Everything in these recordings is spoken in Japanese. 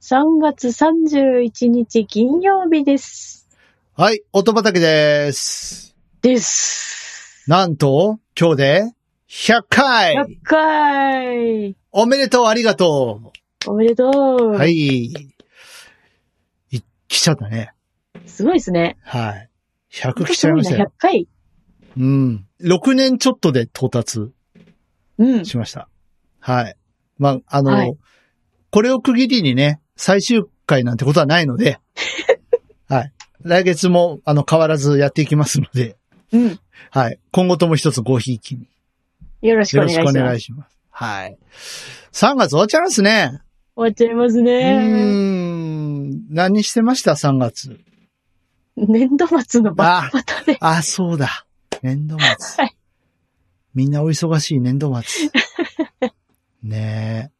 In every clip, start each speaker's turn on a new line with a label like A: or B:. A: 3月31日金曜日です。
B: はい、音畑です。
A: です。
B: なんと、今日で、100
A: 100
B: 回
A: 回
B: おめでとうありがと
A: おめでとう
B: うはい。い、来ちゃったね。
A: すごいですね。
B: はい。100来ちゃいました
A: 100
B: よ。
A: 回
B: うん。6年ちょっとで到達
A: うん。
B: しました。はい。まあ、あの、
A: はい
B: これを区切りにね、最終回なんてことはないの で、はい。来月も、あの、変わらずやっていきますので、
A: うん。
B: はい。今後とも一つごひいきに。
A: よろしく
B: よ
A: お
B: ろ
A: 願いし
B: しく
A: ま
B: お
A: す。終
B: 願いします。はい。3月終わっちゃいますね。
A: わっちゃいます
B: う
A: ね。
B: ーん。何してました ?3 月。
A: 年度末のバ
B: あ
A: ッ、タバタで。
B: あ、そうだ。年度末。
A: はい
B: みんなお忙しい年度 末。ねえ。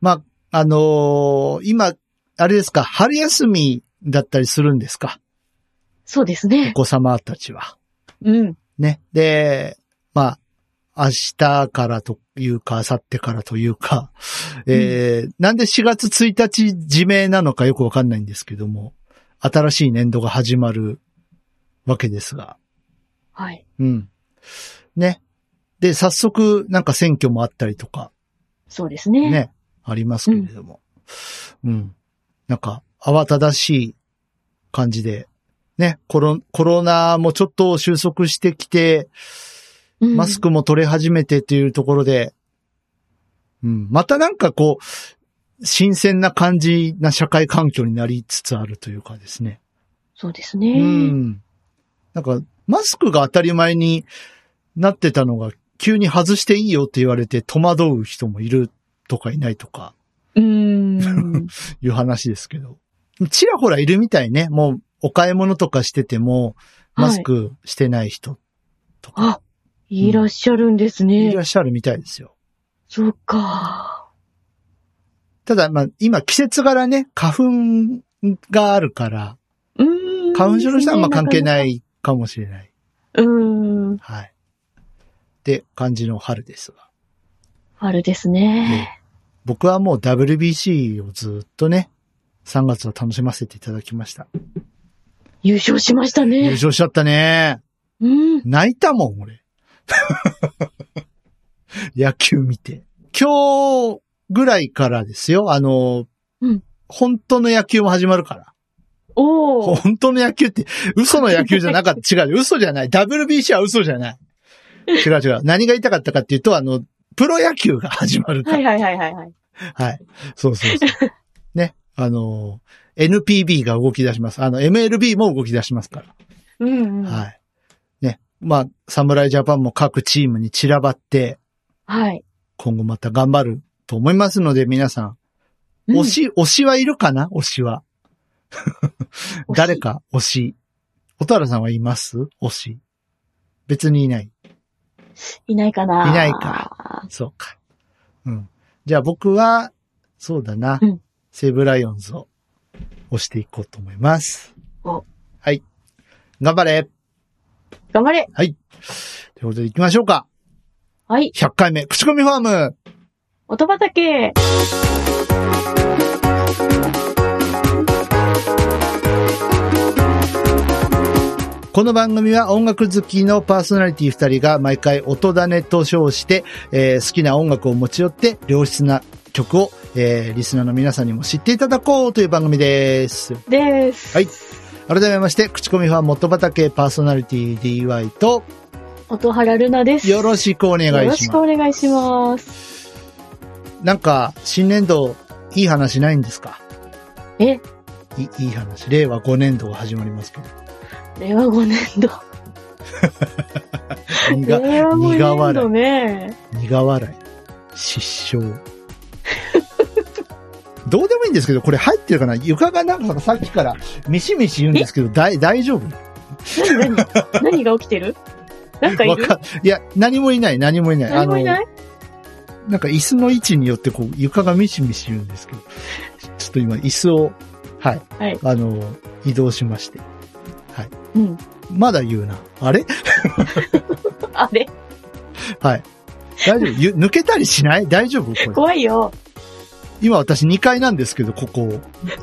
B: まあ、あのー今、あれですか、春休みだったりするんですか
A: そうです
B: お
A: ね。
B: 子様たちは。
A: うん。
B: ね。で、まあ、明日からというか、明後日からというか、えーなんで4月1日自明なのかよくわかんないんですけども、新しい年度が始まるわけですが、
A: はい。
B: うん。ね。で、早速、なんか選挙もあったりとか、
A: そうですね。
B: ね、ありますけれども、うん、なんか、慌ただしい感じで、ね、コロ、コロナもちょっと収束してきて、
A: うん
B: マスクも取れ始めてっていうところで、うん、またなんかこう、新鮮な感じな社会環境になりつつあるというかですね。
A: そうです
B: う
A: ね。
B: ん。なんか、マスクが当たり前になってたのが、急に外していいよって言われて戸惑う人もいるとかいないとか
A: うーん。
B: いう話ですけど。ちらほらいるみたいね。もう、お買い物とかしてても、マスクしてない人とか、
A: あ、いらっしゃるんです
B: い
A: ね
B: ら。っしゃるみたいですよ。
A: そうか。
B: ただ、まあ、今季節柄ね、花粉があるから、
A: うーん。。
B: 花粉症の人はあんま関係ないいかもしれない。
A: うーん。
B: はい。って感じの春ですが。
A: あれですね。
B: 僕はもう WBC をずっとね、3月は楽しませていただきました。
A: 優勝しました
B: 優
A: ね。
B: 勝しちゃったね。
A: うん。
B: 泣いたもん、俺。 野球見て。今日ぐらいからですよ、あの、
A: うん
B: 本当の野球も始まるから。
A: おお。
B: 本当の野球って、嘘の野球じゃな かった。違う、嘘じゃない。WBC は嘘じゃない。違う違う。何が言いたかったかっていうと、あの、プロ野球が始まるか
A: はい
B: ら。
A: はいはいはいはい。
B: はい。そうそうそう。ね。あの、NPB が動き出します。あの、MLB も動き出しますか
A: うん、うん。
B: ら。
A: はい。
B: はい。ね。まあ、侍ジャパンも各チームに散らばって、今後また頑張ると思いますので、皆さん。
A: うん
B: 推し、推しはいるかな推しは。誰。か推し。小原さんはいます推し。別にいない。
A: いないかな。
B: いないか。そうか。うん。じゃあ僕は、そうだな。
A: うん
B: 西武ライオンズを推していこうと思います。
A: お
B: はい。頑張れ
A: 頑張れ。
B: ということで行きましょうか。
A: はい。
B: 100回目、口コミファーム
A: 音畑。
B: この番組は音楽好きのパーソナリティ2人が毎回音種と称して、えー好きな音楽を持ち寄って良質な曲を、えーリスナーの皆さんにも知っていただこうという番組です。
A: です。
B: はい。改めまして、口コミファン元畑パーソナリティ DY と、
A: 音原ルナです。
B: よろしくお願
A: よ
B: い
A: ろ
B: し
A: しく
B: ま
A: お願いします。
B: す。なんか、新年度、いい話ないんですか
A: え
B: いいい話。令和5年度が始まりますけど。
A: 令和5年度。
B: 苦
A: 令和
B: 苦
A: 5年
B: 笑
A: 度ね。
B: い。苦笑い。失笑。 どうでもいいんですけど、これ入ってるかな床がなんかさっきから、ミシミシ言うんですけど、だい大丈夫
A: 何何 何が起きてるなんかい
B: わ
A: る
B: かいや、何もいない、何もいない。
A: 何もいない
B: なんか椅子の位置によってこう床がミシミシ言うんですけど、ちょっと今椅子を、はい、
A: はい
B: あの、移動しまして。
A: うん。
B: まだ言うな。あれ
A: あれ
B: はい。大丈夫ゆ抜けたりしない大丈夫これ。
A: 怖いよ。
B: 今私2階なんですけど、ここ。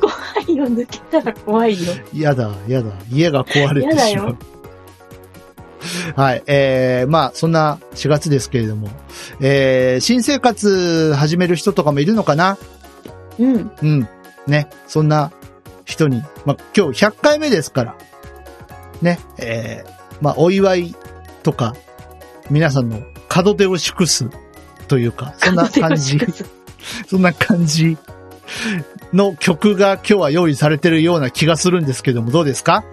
A: 怖いよ、抜けたら怖いよ。
B: やだ、やだ。家が壊れてしま
A: や
B: う。 はい。えー、まあ、そんな4月ですけれども、えー、新生活始める人とかもいるのかな
A: うん。
B: うん。ね。そんな人に、まあ、今日100回目ですから、ね。えー、まあ、お祝いとか、皆さんの門出を祝すというか、そんな感じ。そんな感じの曲が今日は用意されてるような気がするんですけども、どうですか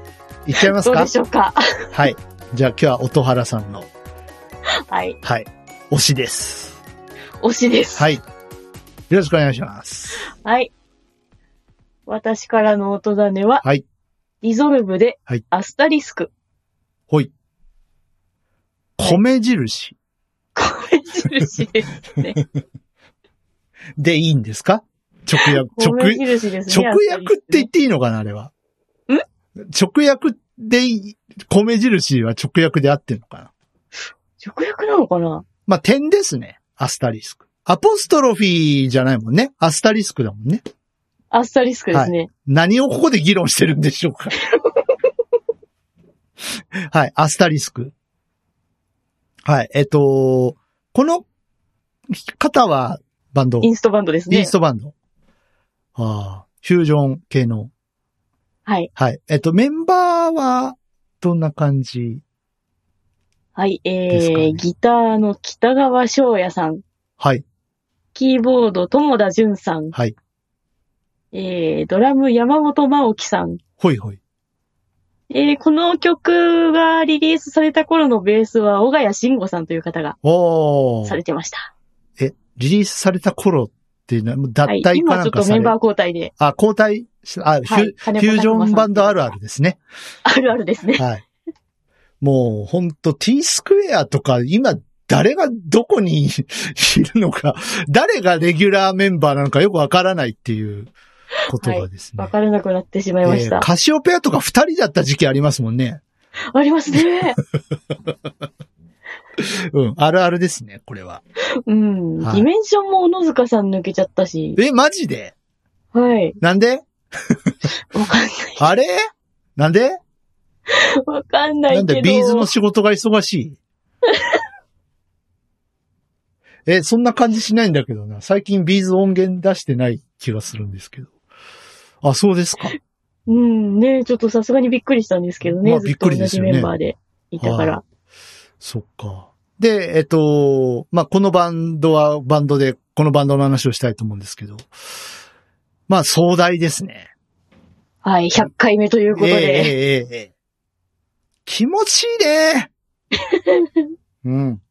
B: いっちゃいます
A: どう
B: か
A: でしょうか。
B: はい。じゃあ今日は音原さんの、
A: はい。
B: はい、推しです。
A: 推しです。
B: はい。よろしくお願いします。
A: はい。私からの音種は、
B: はい
A: リゾルブで、
B: はい
A: アスタリスク。
B: ほい。米印
A: これ印ですね。
B: でいいんですか直訳、
A: これ
B: 直、
A: 印ですね。
B: 直訳って言っていいのかなあれは。
A: ん
B: 直訳でいい、米印は直訳で合ってんのかな
A: アスタリスク直訳なのかな
B: まあ、点ですね。アスタリスク。アポストロフィーじゃないもんね。アスタリスクだもんね。
A: アスタリスクですね。
B: 何をここで議論してるんでしょうか。 はい、アスタリスク。はい、えっと、この方はバンド、
A: イ
B: イ
A: ンストバンドです
B: ン
A: ね
B: ス。トバンド。ああ、フュージョン系の。
A: はい。
B: はい、えっと、メンバーはどんな感じ
A: はい。え
B: です
A: ー
B: かね
A: ギターの北川翔也さん。
B: はい、
A: キーボード友田淳さん。
B: はい、
A: えードラム山本真樹さん。
B: ほいほい。
A: えーこの曲がリリースされた頃のベースは、小谷慎吾さんという方が
B: お
A: さ
B: ー
A: れてました。
B: リリースされた頃っていうのは、もう脱
A: はい。
B: 退か
A: 今
B: な
A: ちょっ
B: んか
A: と
B: さ
A: メ
B: れ
A: ン
B: る、
A: バー交代で。
B: あ、交代し、あ、フ
A: は
B: ュ
A: い。金
B: フ
A: 子拓
B: ュー
A: 馬さん
B: ジョンバンドあるあるですね。
A: あるあるですね。
B: はい。もう、ほんと t スクエアとか、今、誰がどこに いるのか、誰がレギュラーメンバーなのかよくわからないっていうことがですね。
A: わからなくなってしまいまし
B: えー
A: た。
B: カシオペアとか二人だった時期ありますもんね。
A: あります ね。
B: うん、あるあるですね、これは。
A: うん。
B: はい
A: ディメンションも小野塚さん抜けちゃったし。
B: え、マジで
A: はい。
B: なんで
A: わかんない。
B: あれなんで
A: わかんないけど。
B: なんでビーズの仕事が忙しい え、そんな感じしないんだけどな。最近ビーズ音源出してない気がするんですけど。あ、そうですか。
A: うん。ねちょっとさすがにびっくりしたんですけどね。
B: まあ
A: ずっと
B: びっくり
A: 同
B: です
A: じ
B: よね
A: メンバーでいたから。
B: そっか。で、えっと、まあ、このバンドはバンドで、このバンドの話をしたいと思うんですけど。まあ、壮大ですね。
A: はい。100回目ということ
B: ええ
A: で。
B: ええええ気持ちいい ねうん。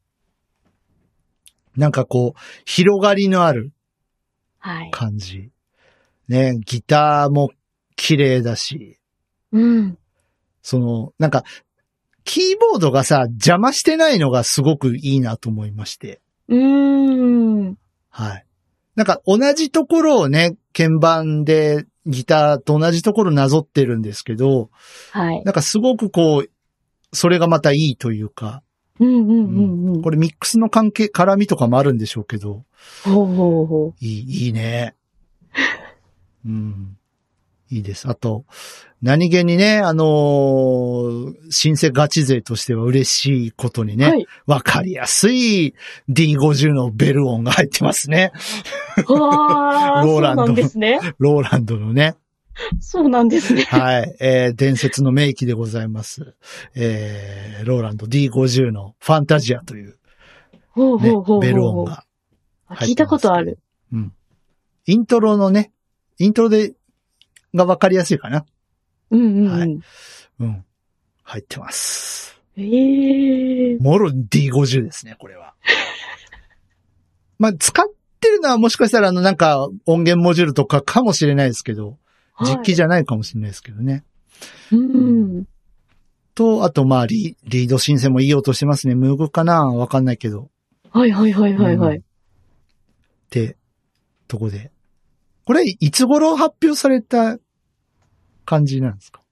B: なんかこう、広がりのある、
A: はい。
B: 感じ。ね、ギターも綺麗だし、
A: うん。
B: その、なんか、キーボードがさ、邪魔してないのがすごくいいなと思いまして。
A: うーん。
B: はい。なんか同じところをね、鍵盤でギターと同じところなぞってるんですけど、
A: はい。
B: なんかすごくこう、それがまたいいというか、
A: うんうんうんうん。
B: これミックスの関係、絡みとかもあるんでしょうけど、
A: ほうほうほ
B: いい、いいね。うん。いいです。あと、何気にね、あのー新生ガチ勢としては嬉しいことに
A: う。
B: ね、
A: はい。
B: わ、かりやすい D50 のベル音が入ってますね。
A: わあ、
B: ロ
A: そ
B: ー
A: う
B: ラン
A: な
B: ド
A: んですね。
B: ローランドのね。
A: そうなんですね。
B: はい。えー、伝説の名機でございます。えー、ローランド D50 のファンタジアという、
A: ほう
B: ね
A: ほうほうほう。
B: ベル音が
A: 聞いたことある。
B: イントロのね、イントロで、がわかりやすいかな。
A: うんうんうん。
B: はうん。入ってます。
A: ええ
B: もろ D50 ですね、これ は。まあ、使ってるのはもしかしたら、あの、なんか、音源モジュールとかかもしれないですけど、実機
A: じ
B: じゃないかもしれないですけどね。
A: ゃ。うん。
B: と、あと、まあリ、リード申請もいい音してますね。ムーグかなわかんないけど。
A: はいはいはいはいは
B: う
A: い。
B: って、とこで。これ、いつ頃発表された感じなんですか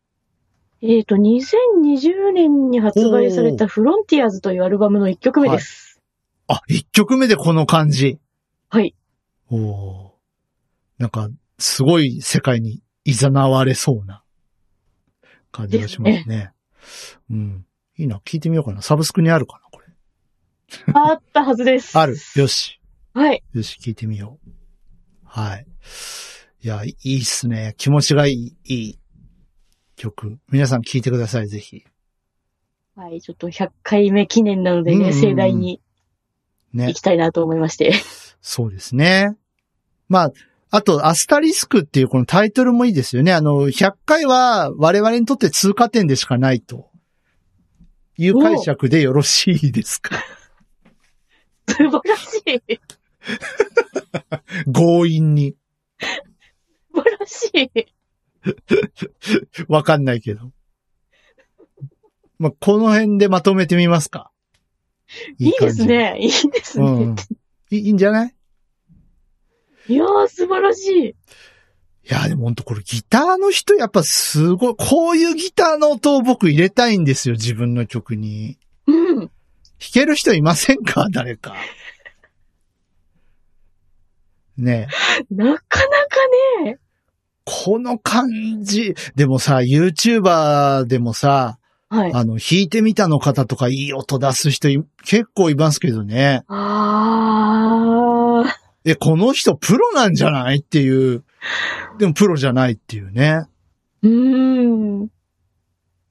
A: えっと、2020年に発売されたフロンティアーズというアルバムの1曲目です。
B: あ、一曲目でこの感じ。
A: はい。
B: おーなんか、すごい世界に誘われそうな感じがしますね。うん。いいな、聞いてみようかな。サブスクにあるかな、これ。
A: あったはずです。
B: ある。よし。
A: はい。
B: よし、聞いてみよう。はい。いや、いいっすね。気持ちがいい、いい曲。皆さん聞いてください、ぜひ。
A: はい、ちょっと100回目記念なので
B: うんうんう
A: ね、
B: ん
A: 盛大に
B: ね
A: 行き。たいなと思いまして。
B: そうですね。まあ、あと、アスタリスクっていうこのタイトルもいいですよね。あの、100回は我々にとって通過点でしかないと。いう解釈でよろしいですか
A: 素晴らしい。
B: 強引に。
A: 素晴らしい。
B: わかんないけど。まあ、この辺でまとめてみますか。
A: いい
B: 感
A: で
B: じ
A: す。ね。いいですね。
B: うん。いいいいんじゃない
A: いやー、素晴らしい。
B: いや、でもほんとこれギターの人やっぱすごい、こういうギターの音を僕入れたいんですよ、自分の曲に。
A: うん。
B: 弾ける人いませんか 誰か。ねえ。
A: なかなかね。
B: この感じ。でもさ、YouTuber でもさ、
A: はい。
B: あの、弾いてみたの方とかいい音出す人い結構いますけどね。
A: あー。
B: え、この人プロなんじゃないっていう。でもプロじゃないっていうね。
A: うーん。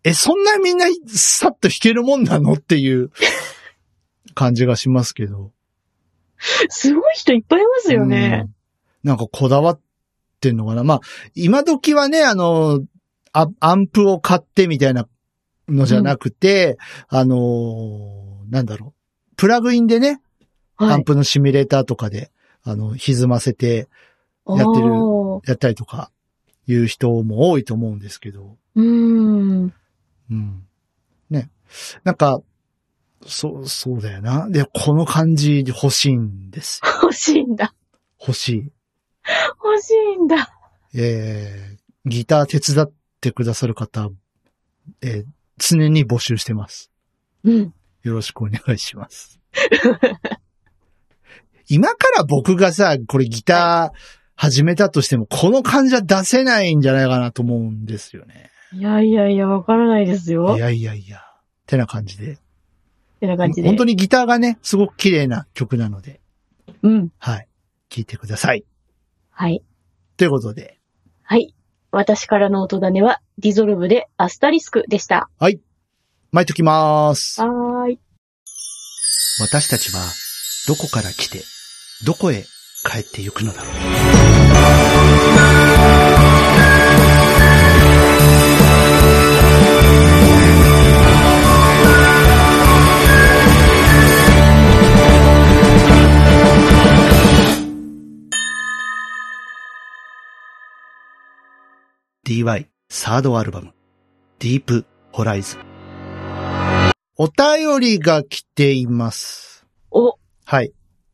B: え、そんなみんなさっと弾けるもんなのっていう感じがしますけど。
A: すごい人いっぱいいますよね。
B: うん。なんかこだわってんのかな。まあ、今時はね、あの、アアンプを買ってみたいなのじゃなくて、あの、なんだろう。プラグインでね、ア
A: は
B: ン
A: い。
B: プのシミュレーターとかで、あの、歪ませてやってる
A: おー
B: やったりとか、いう人も多いと思うんですけど。
A: うーん。
B: うん。ね。なんか、そう、そうだよな。で、この感じ欲しいんです。
A: 欲しいんだ。
B: 欲しい。
A: 欲しいんだ。
B: えー、ギター手伝ってくださる方、えー常に募集してます。
A: うん。
B: よろしくお願いし ます。今から僕がさ、これギター始めたとしても、この感じは出せないんじゃないかなと思うんですよね。
A: いやいやいや、わからないですよ
B: い。やいやいや。てな感じで。
A: ってな感じで。
B: 本当にギターがね、すごく綺麗な曲なので、
A: うん。
B: はい。聴いてください。
A: はい。
B: ということで、
A: はい。私からの音種は、ディゾルブでアスタリスクでした。
B: 巻いときます。
A: はーい。
B: 私たちはどこから来て、どこへ帰ってゆくのだろう。DY サードアルバムディープホライズンお便りが来ています。
A: お、
B: はい。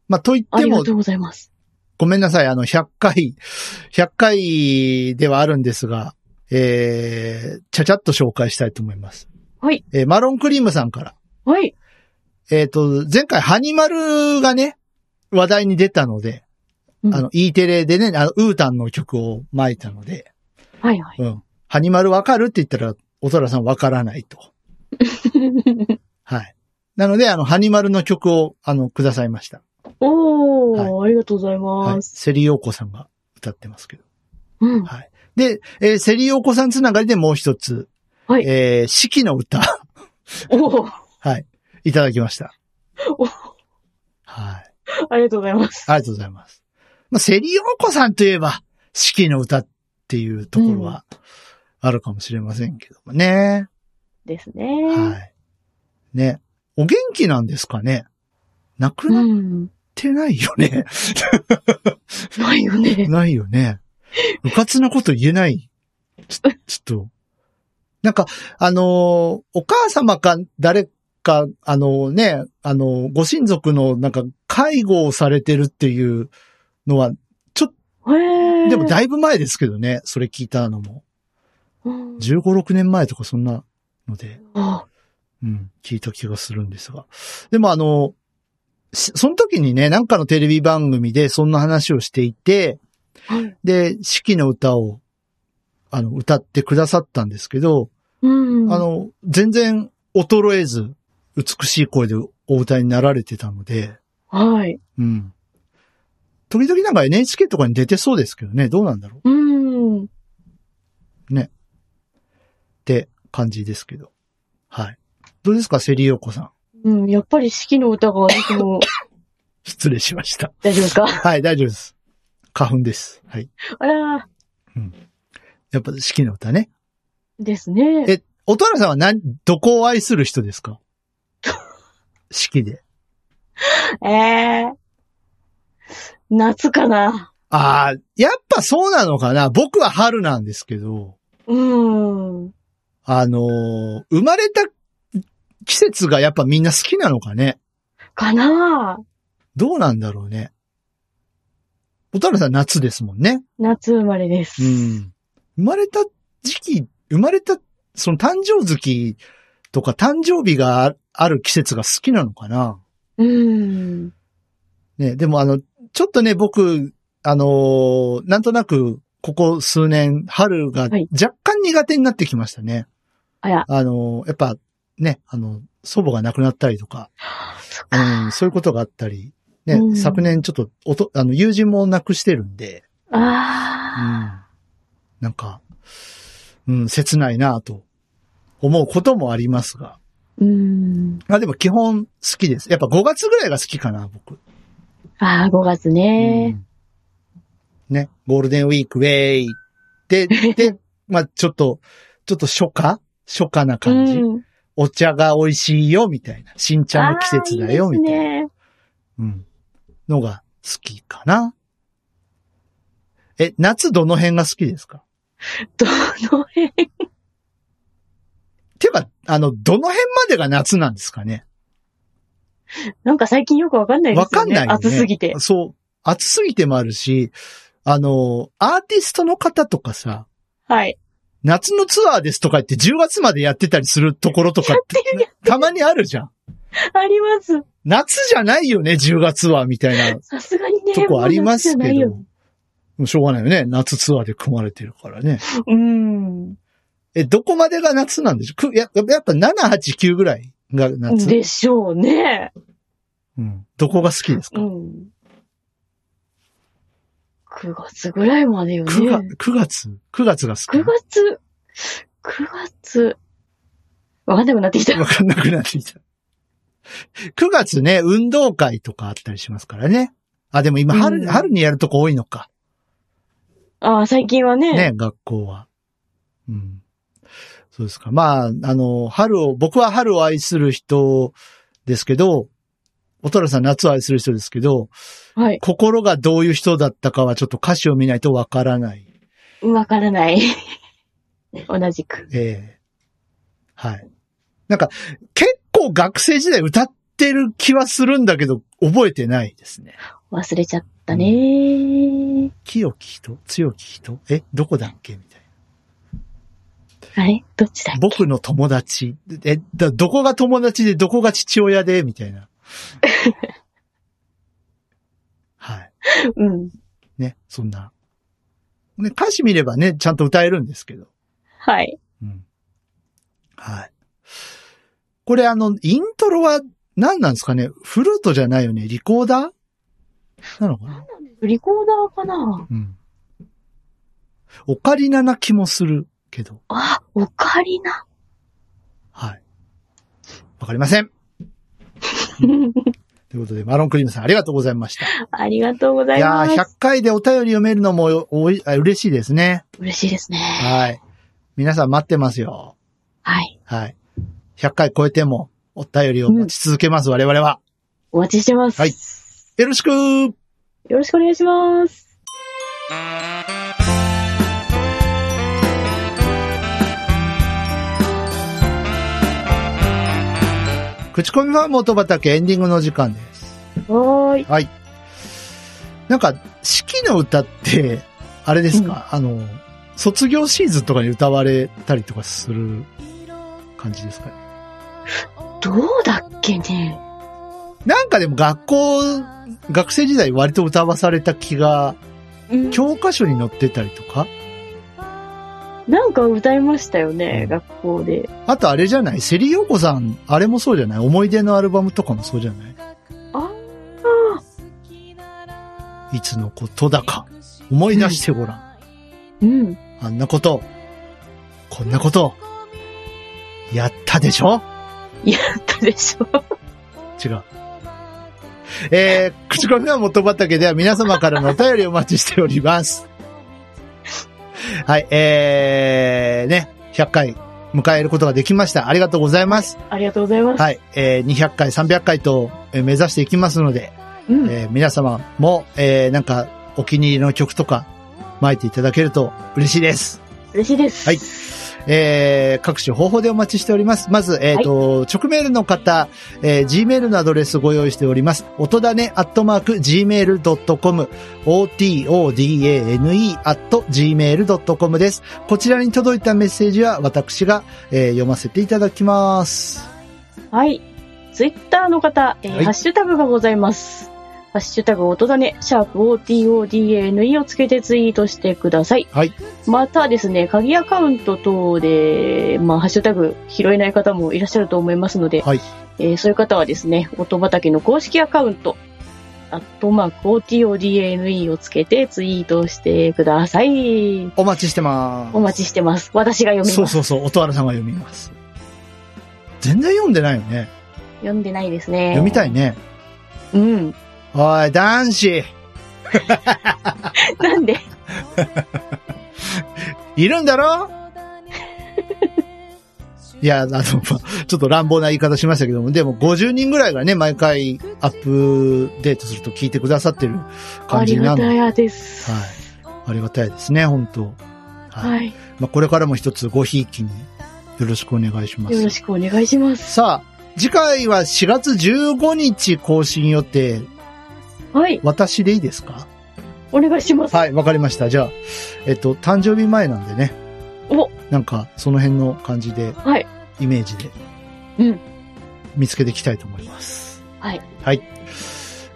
B: まあ、と言っ
A: あ
B: て
A: りが
B: も
A: と、うございます。
B: ごめんなさい、あの、100回、100回ではあるんですが、えー、ちゃちゃっと紹介したいと思います。
A: はい。
B: えーマロンクリームさんから。
A: はい。
B: えっ、と、前回、ハニマルがね、話題に出たので、
A: うん
B: あの、E テレでね、あの、ウータンの曲を巻いたので、
A: はいはい。
B: うん。ハニマルわかるって言ったら、おそらさんわからな いと。はい。なので、あの、ハニマルの曲を、あの、くださいました。
A: おー、
B: は
A: ありがとうござい
B: は
A: ま
B: い。
A: す。
B: セリヨーコさんが歌ってますけど。
A: うん。
B: はい。で、えーセリオコさんつながりでもう一つ。
A: はい
B: えー四季の歌、
A: おー、
B: いただきました。
A: お
B: はい。
A: ありがとうございます。
B: ありがとうございます。まあ、セリオコさんといえば、四季の歌っていうところは、あるかもしれませんけどもね。
A: ですね。
B: はい。ね。お元気なんですかね亡くなっ
A: うん。
B: てないよね。
A: ないよね。
B: ないよね。うかつなこと言えない。ちょちょっと。なんか、あのーお母様か誰か、あのーね、あのーご親族のなんか介護をされてるっていうのは、
A: へー
B: でもだいぶ前ですけどね、それ聞いたのも。
A: うん
B: 15、6年前とかそんなので、
A: あ
B: うん、聞いた気がするんですが。でもあのーしその時にね、なんかのテレビ番組でそんな話をしていて、
A: はい
B: で、四季の歌を、あの、歌ってくださったんですけど、
A: うん。
B: あ、の、全然衰えず、美しい声でお歌いになられてたので、
A: はい。
B: うん。時々なんか NHK とかに出てそうですけどね、どうなんだろうっ
A: うん。
B: て感じですけど。はい。どうですか、セリーヨーコさん。
A: うん、やっぱり四季の歌が私も、
B: 失礼しました。
A: 大丈夫ですか
B: はい、大丈夫です。花粉です。はい。
A: あら、
B: やっぱ四季の歌ね。
A: ですね。
B: え、音原さんは何、どこを愛する人ですか四季で。
A: ええ夏かな。
B: ああ、やっぱそうなのかな僕は春なんですけど。
A: うん。
B: あのー生まれた季節がやっぱみんな好きなのかね。
A: かな
B: どうなんだろうね。小田原さん夏ですもんね。
A: 夏生まれです。
B: うん。生まれた時期、生まれた、その誕生月とか誕生日があある季節が好きなのかな。
A: うん。
B: ね、でもあの、ちょっとね、僕、あのーなんとなく、ここ数年、春が
A: はい
B: 若干苦手になってきましたね。
A: あや、
B: あの、やっぱね、あの、祖母が亡くなったりとか、うん、そういうことがあったり、ね、
A: うん
B: 昨年ちょっと、おと、あの、友人も亡くしてるんで、うん、
A: あ
B: なんか、うん、切ないなと思うこともありますが、
A: ー。うん。
B: まあでも基本好きです。やっぱ5月ぐらいが好きかな、僕。
A: ああ、5月ね。
B: うんね、ゴールデンウィーク、ウェイで、 で、まあちょっと、ちょっと初夏初夏な感じ。
A: うん
B: お茶が美味しいよ、みたいな。新茶の季節だよ、
A: あー
B: みたいな。
A: いいですね。
B: うん。のが好きかな。え、夏どの辺が好きですか
A: どの辺
B: てか、あの、どの辺までが夏なんですかね
A: なんか最近よくわかんないですよ
B: わ
A: ね。
B: かんないよね。
A: 暑すぎて。
B: そう。暑すぎてもあるし、あの、アーティストの方とかさ、
A: はい。
B: 夏のツアーですとか言って10月までやってたりするところとかって、たまにあるじゃん。
A: あります。
B: 夏じゃないよね、10月は、みたいな
A: さすがにね。
B: とこあります
A: もう夏
B: け
A: じゃ
B: ど。
A: ない
B: も
A: よ
B: うしょうがないよね。夏ツアーで組まれてるからね。
A: うん。
B: え、どこまでが夏なんでしょくやややっぱ7、8、9ぐらいが夏。
A: でしょうね。
B: うん。どこが好きですか、
A: うん。9月ぐらいまでよね。
B: 九 ?9 月、9月が好き。
A: 9月、9月、わかんなくなってきた。
B: わかんなくなってきた。9月ね、運動会とかあったりしますからね。あ、でも今春、
A: うん
B: 春にやるとこ多いのか。
A: ああ、最近はね。
B: ね、学校は。うん。そうですか。まあ、あの、春を、僕は春を愛する人ですけど、おとらさん夏を愛する人ですけど、
A: はい。
B: 心がどういう人だったかはちょっと歌詞を見ないとわからない。
A: わからない。 同じく。
B: ええはい。なんか、結構学生時代歌ってる気はするんだけど、覚えてないですね。
A: 忘れちゃったね。
B: 清き人強き人えどこだっけみたい
A: あれどっちだっ
B: な。
A: け
B: 僕の友達。え、だ、どこが友達でどこが父親でみた いな。はい。
A: うん。
B: ね、そんな。ね、歌詞見ればね、ちゃんと歌えるんですけど。
A: はい。
B: うん。はい。これあの、イントロは何なんですかねフルートじゃないよねリコーダーなのかな
A: リコーダーかな
B: うん。オカリナな気もするけど。
A: あ、オカリナ。
B: はい。わかりません。 ということで、マロンクリームさんありがとうございました。
A: ありがとうござ
B: い
A: い
B: や
A: ま
B: ー、100
A: す。
B: 回でお便り読めるのもおいあ嬉しいですね。
A: 嬉しいですね。
B: はい。皆さん待ってますよ。
A: はい。
B: はい。100回超えてもお便りを持ち続けます、我々は。
A: お待ちしてます。
B: はいよろしくー
A: よろしくお願いします。
B: 口コミファーム音畑エンディングの時間です。
A: はーい。
B: はい。なんか、四季の歌って、あれですか、あの、卒業シーズンとかに歌われたりとかする感じですかね。
A: どうだっけね。
B: なんかでも学校、学生時代割と歌わされた気が
A: うん
B: 教科書に載ってたりとか、
A: なんか歌いましたよね、学校で。
B: あとあれじゃないセリヨコさん、あれもそうじゃない思い出のアルバムとかもそうじゃない
A: あ
B: いつのことだか。思い出してごらん。
A: うん。
B: あんなこと、こんなこと、やったでしょ
A: やったでしょ。
B: 違う。えー、口コミは元畑では皆様からのお便りをお待ちしております。はい、えー、ね、100回迎えることができました。ありがとうございます。
A: ありがとうございます。
B: はい、えー、200回、300回とえー目指していきますので、
A: うん。
B: えー皆様も、えー、なんか、お気に入りの曲とか、巻いていただけると嬉しいです。
A: 嬉しいです。
B: はいえー各種方法でお待ちしております。まず、えっ、と、直メールの方、えー Gmail のアドレスご用意しております。音だね、アットマーク、gmail.com、otodane、アット、gmail.com です。こちらに届いたメッセージは、私が、えー読ませていただきます。
A: はい。ツイッターの方、えー
B: はい
A: ハッシュタグがございます。ハッシュタグ音だね、シャープ OTODANE をつけてツイートしてください。
B: はい。
A: またですね、鍵アカウント等で、まあ、ハッシュタグ拾えない方もいらっしゃると思いますので、
B: はい
A: えーそういう方はですね、音畑の公式アカウント、アットマーク OTODANE をつけてツイートしてください。
B: お待ちしてま
A: お待ちしてます。私が読みます。
B: す。そうそうそう、音原さんが読みます。全然読んでないよね。
A: 読んでないですね。
B: 読みた
A: い。
B: いね。
A: うん。
B: おい、男子、
A: なんで
B: いるんだろ いや、あの、まあちょっと乱暴な言い方しましたけども、でも50人ぐらいがね、毎回アップデートすると聞いてくださってる
A: あ
B: 感じ
A: りが
B: なの
A: た
B: で、
A: やです。
B: はいありがたいですね、本当はい。
A: はい。
B: まあ、これからも一つごひいきによろしくお願いしま
A: よろ
B: す。
A: しくお願いします。
B: さあ、次回は4月15日更新予定、
A: はい。
B: 私でいいですか
A: お願いします。
B: はい、わかりました。じゃあ、えっと、誕生日前なんでね。
A: お
B: なんか、その辺の感じで、
A: はい。
B: イメージで、
A: うん。
B: 見つけていきたいと思います。
A: はい。
B: はい。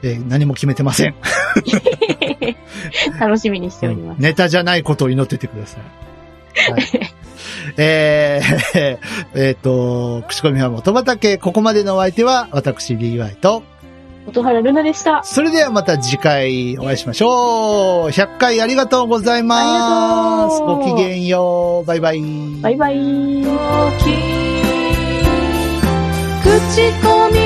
B: えー何も決めてません。
A: 楽しみにしております。
B: ネタじゃないことを祈っててください。はい。えー えっと、口コミは元畑、ここまでのお相手は、私、DY と、
A: 音原ルナでした。
B: それではまた次回お会いしましょう。100回ありがとうございま
A: あり
B: す。
A: がとう
B: ごきげんよう。バイバイ。
A: バイバイ。
C: 口コミ